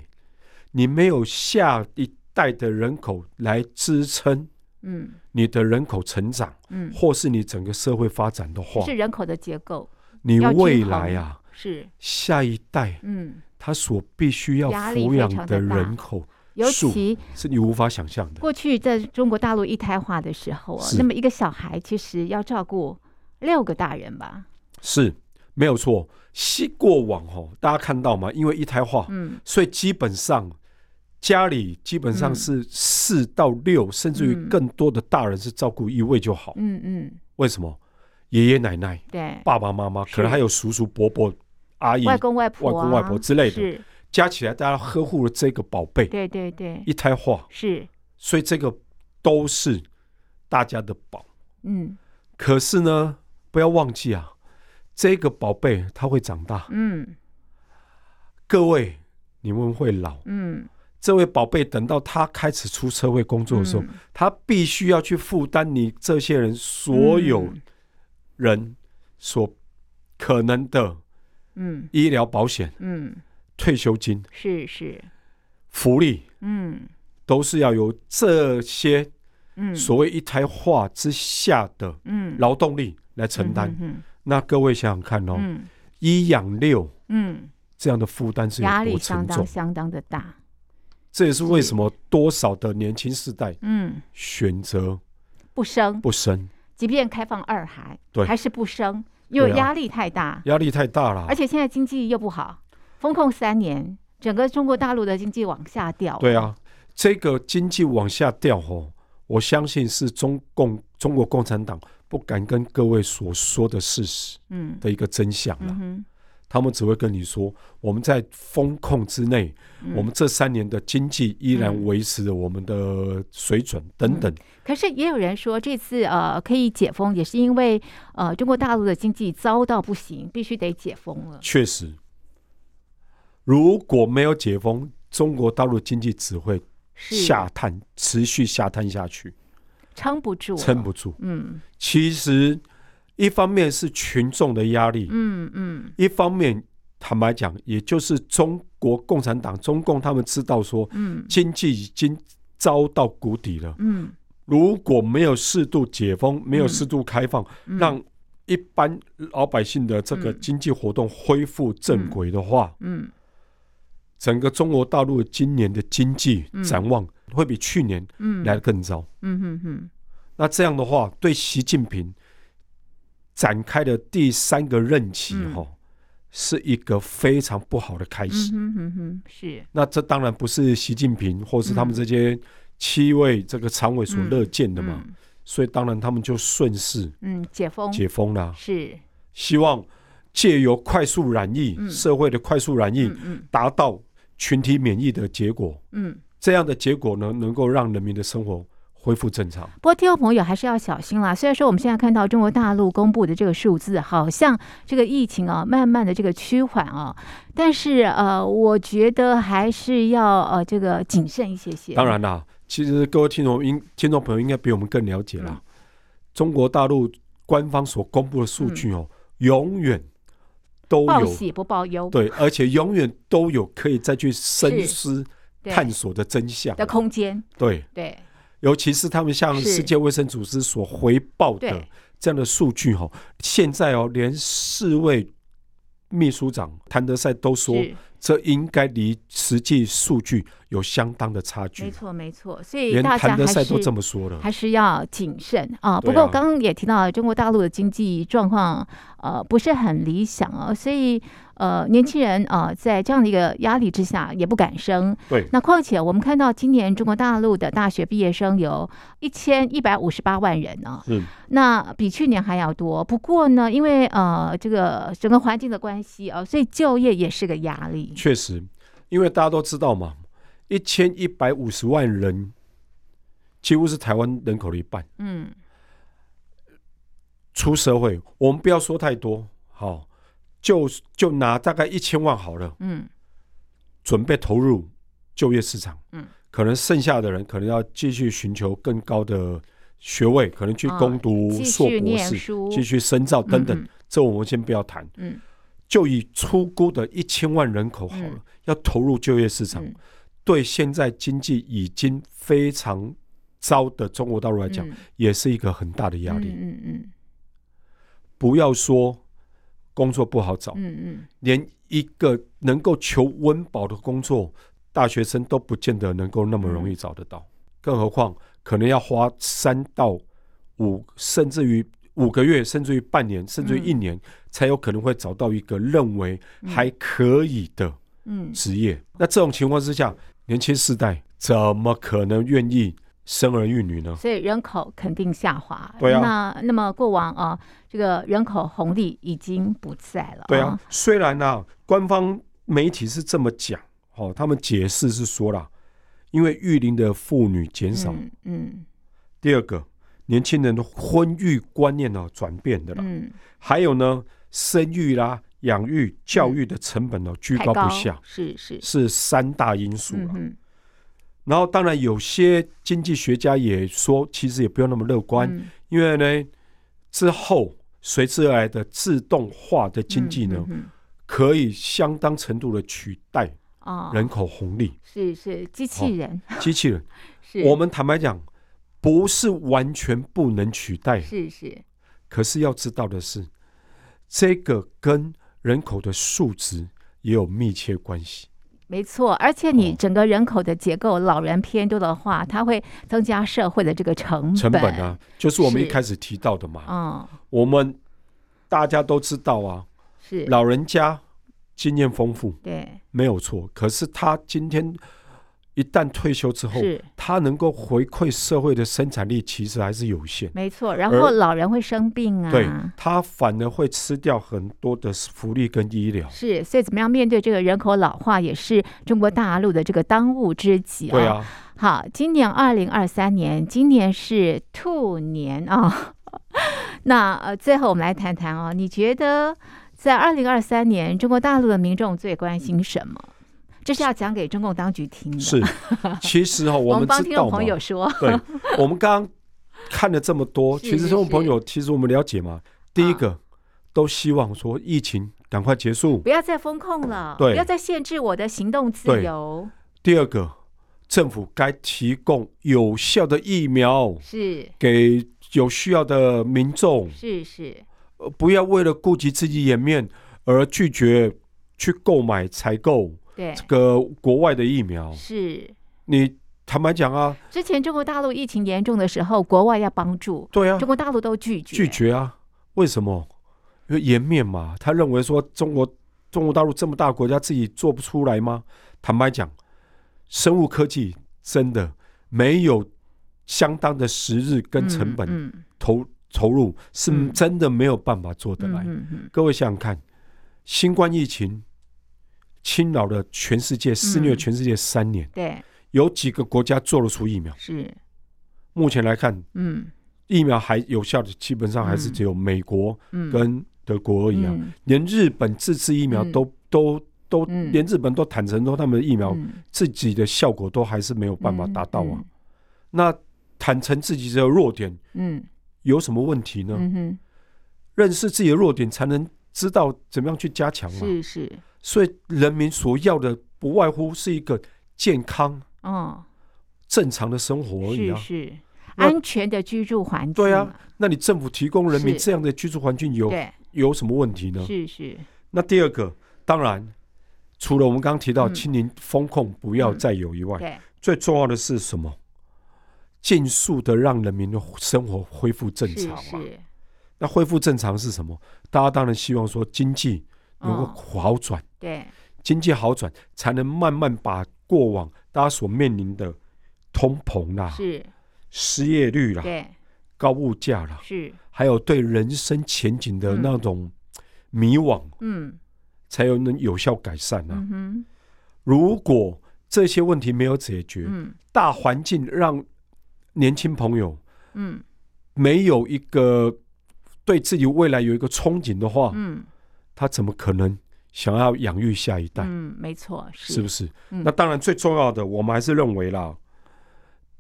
B: 你没有下一代的人口来支撑
A: 嗯
B: 你的人口成长，
A: 嗯，
B: 或是你整个社会发展的话，
A: 是人口的结构
B: 你
A: 要均
B: 未
A: 衡
B: 来啊，
A: 是
B: 下一代
A: 嗯，
B: 他所必须要
A: 压力
B: 抚
A: 非
B: 养
A: 常
B: 的
A: 地大
B: 人口，
A: 尤
B: 数
A: 其
B: 是你无法想象的。
A: 过去在中国大陆一胎化的时候啊，
B: 是
A: 那么一个小孩其实要照顾六个大人吧，
B: 是没有错。西过往哦，大家看到吗？因为一胎化，
A: 嗯
B: 所以基本上家里基本上
A: 嗯
B: 是四到六，甚至于
A: 嗯
B: 更多的大人是照顾一位就好。
A: 嗯嗯，
B: 为什么？爷爷奶奶、
A: 对，
B: 爸爸妈妈，
A: 是
B: 可能还有叔叔伯伯、阿姨，
A: 外公外婆、啊
B: 外公外婆之类的
A: 是，
B: 加起来大家呵护了这个宝贝。
A: 对对对，
B: 一胎化，
A: 是，
B: 所以这个都是大家的宝。
A: 嗯
B: 可是呢，不要忘记啊，这个宝贝它会长大。
A: 嗯
B: 各位，你们会老。
A: 嗯，
B: 这位宝贝等到他开始出社会工作的时候，
A: 嗯
B: 他必须要去负担你这些人所有
A: 嗯
B: 人所可能的
A: 嗯
B: 医疗保险、
A: 嗯，
B: 退休金、
A: 是是，
B: 福利，
A: 嗯
B: 都是要由这些
A: 嗯，
B: 所谓一胎化之下的
A: 嗯
B: 劳动力来承担。
A: 嗯
B: 那各位想想看哦，
A: 嗯
B: 一养六
A: 嗯，
B: 这样的负担是有
A: 压力
B: 多
A: 相
B: 沉
A: 当
B: 重？
A: 相当的大，
B: 这也是为什么多少的年轻世代
A: 嗯，
B: 选择
A: 不生，
B: 不生，
A: 即便开放二孩，
B: 对
A: 还是不生，因为
B: 对啊
A: 压力太大，
B: 压力太大了
A: 而。且现在经济又不好，风控三年，整个中国大陆的经济往下掉，
B: 对，啊，这个经济往下掉哦，我相信是中共中国共产党不敢跟各位所说的事实
A: 嗯
B: 的一个真相了。
A: 嗯哼，
B: 他们只会跟你说，我们在风控之内，
A: 嗯
B: 我们这三年的经济依然维持着我们的水准
A: 嗯
B: 等等。
A: 可是也有人说，这次呃可以解封，也是因为呃中国大陆的经济糟到不行，必须得解封了。
B: 确实，如果没有解封，中国大陆经济只会
A: 是
B: 下探，持续下探下去，
A: 撑不住了，
B: 撑不住。
A: 嗯
B: 其实，一方面是群众的压力，
A: 嗯嗯
B: 一方面坦白讲，也就是中国共产党、中共他们知道说
A: 嗯
B: 经济已经遭到谷底了，
A: 嗯
B: 如果没有适度解封，没有适度开放，
A: 嗯，
B: 让一般老百姓的这个
A: 嗯
B: 经济活动恢复正轨的话，
A: 嗯
B: 整个中国大陆今年的经济
A: 嗯
B: 展望会比去年
A: 嗯
B: 来得更糟。
A: 嗯嗯嗯
B: 那这样的话，对习近平展开的第三个任期
A: 嗯
B: 哈、是一个非常不好的开始。
A: 嗯嗯嗯是
B: 那这当然不是习近平或是他们
A: 嗯
B: 这些七位这个常委所乐见的嘛，
A: 嗯
B: 所以当然他们就顺势
A: 嗯解封
B: 解封啦、
A: 是
B: 希望借由快速染疫、
A: 嗯
B: 社会的快速染疫
A: 嗯，嗯
B: 达到群体免疫的结果。
A: 嗯。
B: 这样的结果呢，能够让人民的生活恢复正常。
A: 不过，听众朋友还是要小心啦。虽然说我们现在看到中国大陆公布的这个数字，好像这个疫情啊，慢慢的这个趋缓啊，但是呃，我觉得还是要呃这个谨慎一些些。
B: 当然啦，其实各位听众应听众朋友应该比我们更了解啦。
A: 嗯
B: 中国大陆官方所公布的数据哦，永远都
A: 嗯报
B: 有
A: 喜不报忧，
B: 对，而且永远都有可以再去深
A: 是
B: 思、
A: 对
B: 探索的真相啊
A: 的。空间，
B: 对，
A: 对，
B: 尤其是他们向
A: 是
B: 世界卫生组织所回报的
A: 对
B: 这样的数据哈，现在哦，连世卫秘书长谭德赛都说，
A: 是
B: 这应该离实际数据有相当的差
A: 没
B: 距，
A: 错没错，所以
B: 连
A: 大家
B: 谭德
A: 还
B: 赛
A: 是
B: 都这么说了。
A: 还是要谨慎啊。不
B: 对
A: 过
B: 啊
A: 刚刚也提到中国大陆的经济状况，呃，不是很理想啊，所以呃，年轻人啊、呃，在这样的一个压力之下，也不敢生。
B: 对
A: 那况且我们看到今年中国大陆的大学毕业生有一千一百五十八万人啊，
B: 嗯，
A: 那比去年还要多。不过呢，因为呃这个整个环境的关系啊、呃所以就业也是个压力。
B: 确实，因为大家都知道嘛，一千一百五十万人几乎是台湾人口的一半。
A: 嗯，
B: 出社会，我们不要说太多，好，就就拿大概一千万好了，
A: 嗯，
B: 准备投入就业市场。
A: 嗯，
B: 可能剩下的人可能要继续寻求更高的学位，可能去
A: 啊
B: 攻读
A: 继
B: 硕
A: 续
B: 博
A: 念
B: 士，
A: 书，
B: 继续深造等等。
A: 嗯
B: 这我们先不要谈，
A: 嗯
B: 就以初估的一千万人口好了，
A: 嗯
B: 要投入就业市场，
A: 嗯
B: 对现在经济已经非常糟的中国大陆来讲，
A: 嗯
B: 也是一个很大的压力。
A: 嗯嗯
B: 不要说工作不好找，
A: 嗯嗯
B: 连一个能够求温饱的工作，大学生都不见得能够那么容易找得到，更何况可能要花三到五，甚至于五个月，甚至于半年，甚至于一年，才有可能会找到一个认为
A: 嗯，
B: 还可以的
A: 嗯
B: 职业。那这种情况之下，年轻世代怎么可能愿意生儿育女呢？
A: 所以人口肯定下滑。
B: 对啊
A: 那那么过往啊，这个人口红利已经不在了。哦
B: 对啊，，虽然呢、官方媒体是这么讲，哦，他们解释是说啦，因为育龄的妇女减少，
A: 嗯嗯
B: 第二个年轻人的婚育观念呢、哦转变的啦，
A: 嗯，
B: 还有呢生育啦、养育、教育的成本呢、哦居
A: 嗯太
B: 高不下，
A: 是是，
B: 是三大因素啦。
A: 嗯
B: 然后当然有些经济学家也说，其实也不用那么乐观，
A: 嗯
B: 因为呢之后随之而来的自动化的经济呢。
A: 嗯嗯嗯
B: 可以相当程度的取代
A: 哦，
B: 人口红
A: [laughs]
B: 利。
A: 是是机器人， [laughs]
B: 机器人，
A: 是
B: 我们坦白讲，不是完全不能取代，
A: 是是
B: 可是要知道的是，这个跟人口的数值也有密切关系。
A: 没错，而且你
B: 哦
A: 整个人口的结构，老人偏多的话，它会增加社会的这个成本。
B: 成本啊，就是我们
A: 是
B: 一开始提到的嘛，
A: 嗯，
B: 我们大家都知道啊，
A: 是，
B: 老人家经验丰富
A: 对，
B: 没有错，可是他今天一旦退休之后，
A: 是
B: 他能够回馈社会的生产力其实还是有限。
A: 没错。然
B: 而
A: 后老人会生病啊，
B: 对，他反而会吃掉很多的福利跟医疗。
A: 是，所以怎么样面对这个人口老化，也是中国大陆的这个当务之急啊。
B: 对啊，
A: 好，今年二零二三年，今年是兔年啊、 [laughs] 那呃，最后我们来谈谈哦，你觉得在二零二三年，中国大陆的民众最关心什么？这是要讲给中共当局听的。
B: 是。其实
A: [laughs]
B: 哈，
A: 嗯我
B: 我们
A: 帮
B: 知
A: 听
B: 道
A: 众
B: 嘛
A: 朋，友说，
B: 对，我们刚刚看了这么多，
A: [laughs] 是
B: 其实
A: 是
B: 听众
A: 是啊
B: 朋友，其实我们了解嘛，第一个都希望说疫情赶快结束，
A: 不要再风控了，
B: 对
A: 不要再限制我的行动自
B: 对
A: 由。
B: 第二个政府该提供有效的疫苗
A: 是
B: 给有需要的民众，
A: 是是，
B: 呃不要为了顾及自己颜面而拒绝去购买采购
A: 对
B: 这，个国外的疫苗。
A: 是。
B: 你坦白讲啊，
A: 之前中国大陆疫情严重的时候，国外要帮助，
B: 对啊
A: 中，国大陆都拒绝。
B: 拒。绝啊，为什么？因为颜面嘛，他认为说中国中国大陆这么大国家自己做不出来吗？坦白讲，生物科技真的没有相当的时日跟成本
A: 嗯嗯
B: 投、投入，是
A: 嗯
B: 真的没有办法做得来。
A: 嗯嗯
B: 各位想想看，新冠疫情侵扰了全世界，肆虐
A: 嗯
B: 全世界三年，
A: 对，
B: 有几个国家做得出疫苗？
A: 是，
B: 目前来看，
A: 嗯
B: 疫苗还有效的，基本上还是只有美国
A: 嗯，
B: 跟德国一样，
A: 嗯
B: 连日本自制疫苗
A: 嗯
B: 都、都都，
A: 嗯
B: 连日本都坦承说他们的疫苗、
A: 嗯
B: 自己的效果都还是没有办法达到啊。
A: 嗯
B: 那坦承自己的弱点
A: 嗯
B: 有什么问题呢？
A: 嗯嗯哼
B: 认识自己的弱点，才能知道怎么样去加强嘛。
A: 是是，
B: 所以人民所要的不外乎是一个健康、
A: 嗯，
B: 正常的生活而已
A: 是
B: 啊。
A: 是，
B: 那
A: 安全的居住环境，
B: 对啊，那你政府提供人民
A: 是
B: 这样的居住环境有
A: 对，
B: 有什么问题呢？
A: 是是，
B: 那第二个，当然除了我们刚刚提到
A: 嗯
B: 清零风控不要再有以外，
A: 对，
B: 最重要的是什么？尽速的让人民的生活恢复正
A: 是
B: 常啊！
A: 是，
B: 那恢复正常是什么？大家当然希望说经济能够
A: 嗯
B: 好转，
A: 对，
B: 经济好转才能慢慢把过往大家所面临的通膨啦、
A: 是，
B: 失业率啦、
A: 对，
B: 高物价啦，
A: 是，
B: 还有对人生前景的
A: 嗯
B: 那种迷惘，
A: 嗯
B: 才有能有效改善啊！
A: 嗯哼，
B: 如果这些问题没有解决，
A: 嗯
B: 大环境让年轻朋友
A: 嗯
B: 没有一个对自己未来有一个憧憬的话，
A: 嗯
B: 他怎么可能想要养育下一代？
A: 嗯，没错，是
B: 是不
A: 是？
B: 是？
A: 嗯
B: 那当然，最重要的，我们还是认为啦，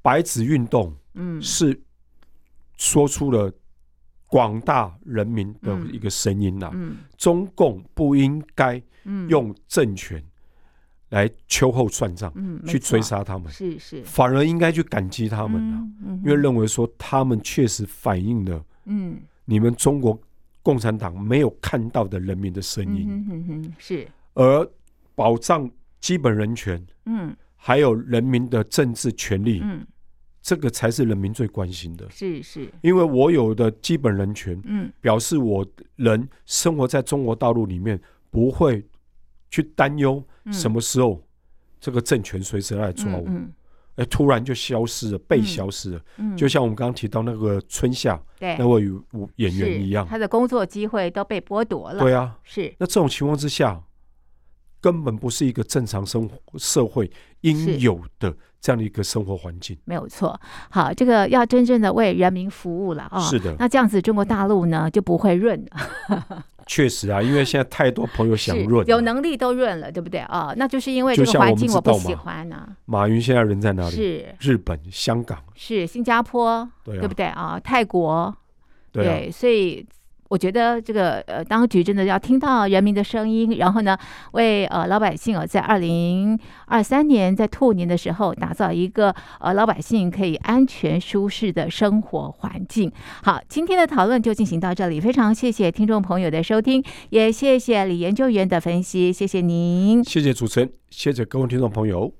B: 白纸运动
A: 嗯，
B: 是说出了广大人民的一个声音啦。
A: 嗯
B: 中共不应该
A: 嗯，
B: 用政权来秋后算账，
A: 嗯没
B: 去追
A: 错
B: 杀他们，
A: 是是
B: 反而应该去感激他们啦。
A: 嗯嗯
B: 因为
A: 哼
B: 认为说他们确实反映了
A: 嗯
B: 你们中国共产党没有看到的人民的声
A: 嗯
B: 音，
A: 哼哼哼，是
B: 而保障基本人权
A: 嗯
B: 还有人民的政治权利，
A: 嗯
B: 这个才是人民最关心的。
A: 是是
B: 因为我有的基本人权，
A: 嗯
B: 表示我人生活在中国大陆里面，不会去担忧
A: 嗯
B: 什么时候这个政权随时来抓我，
A: 嗯
B: 哎、突然就消失了，被
A: 嗯
B: 消失了。
A: 嗯
B: 就像我们刚刚提到那个春夏
A: 对
B: 那位舞演
A: 是
B: 员一样，
A: 他的工作机会都被剥夺了，
B: 对啊，
A: 是
B: 那这种情况之下，根本不是一个正常生活社会应有的这样的一个生活环境。
A: 没有错。好，这个要真正的为人民服务了啊、
B: 是的，
A: 那这样子，中国大陆呢就不会润了，
B: 确实啊，因为现在太多朋友想
A: 是
B: 润
A: 有
B: 了
A: 能力都润了，对不对啊、那就是因为
B: 就
A: 这个
B: 像
A: 环
B: 我们
A: 境
B: 知
A: 我不
B: 道
A: 喜
B: 嘛
A: 欢呢、
B: 马云现在人在哪里？
A: 是
B: 日本、香港，
A: 是新加坡，
B: 对
A: 对
B: 啊
A: 不，对啊、泰国，
B: 对啊，
A: 所以我觉得这个呃，当局真的要听到人民的声音，然后呢，为呃老百姓呃，在二零二三年在兔年的时候，打造一个呃老百姓可以安全舒适的生活环境。好，今天的讨论就进行到这里，非常谢谢听众朋友的收听，也谢谢李研究员的分析，谢谢您。
B: 谢谢主持人，谢谢各位听众朋友。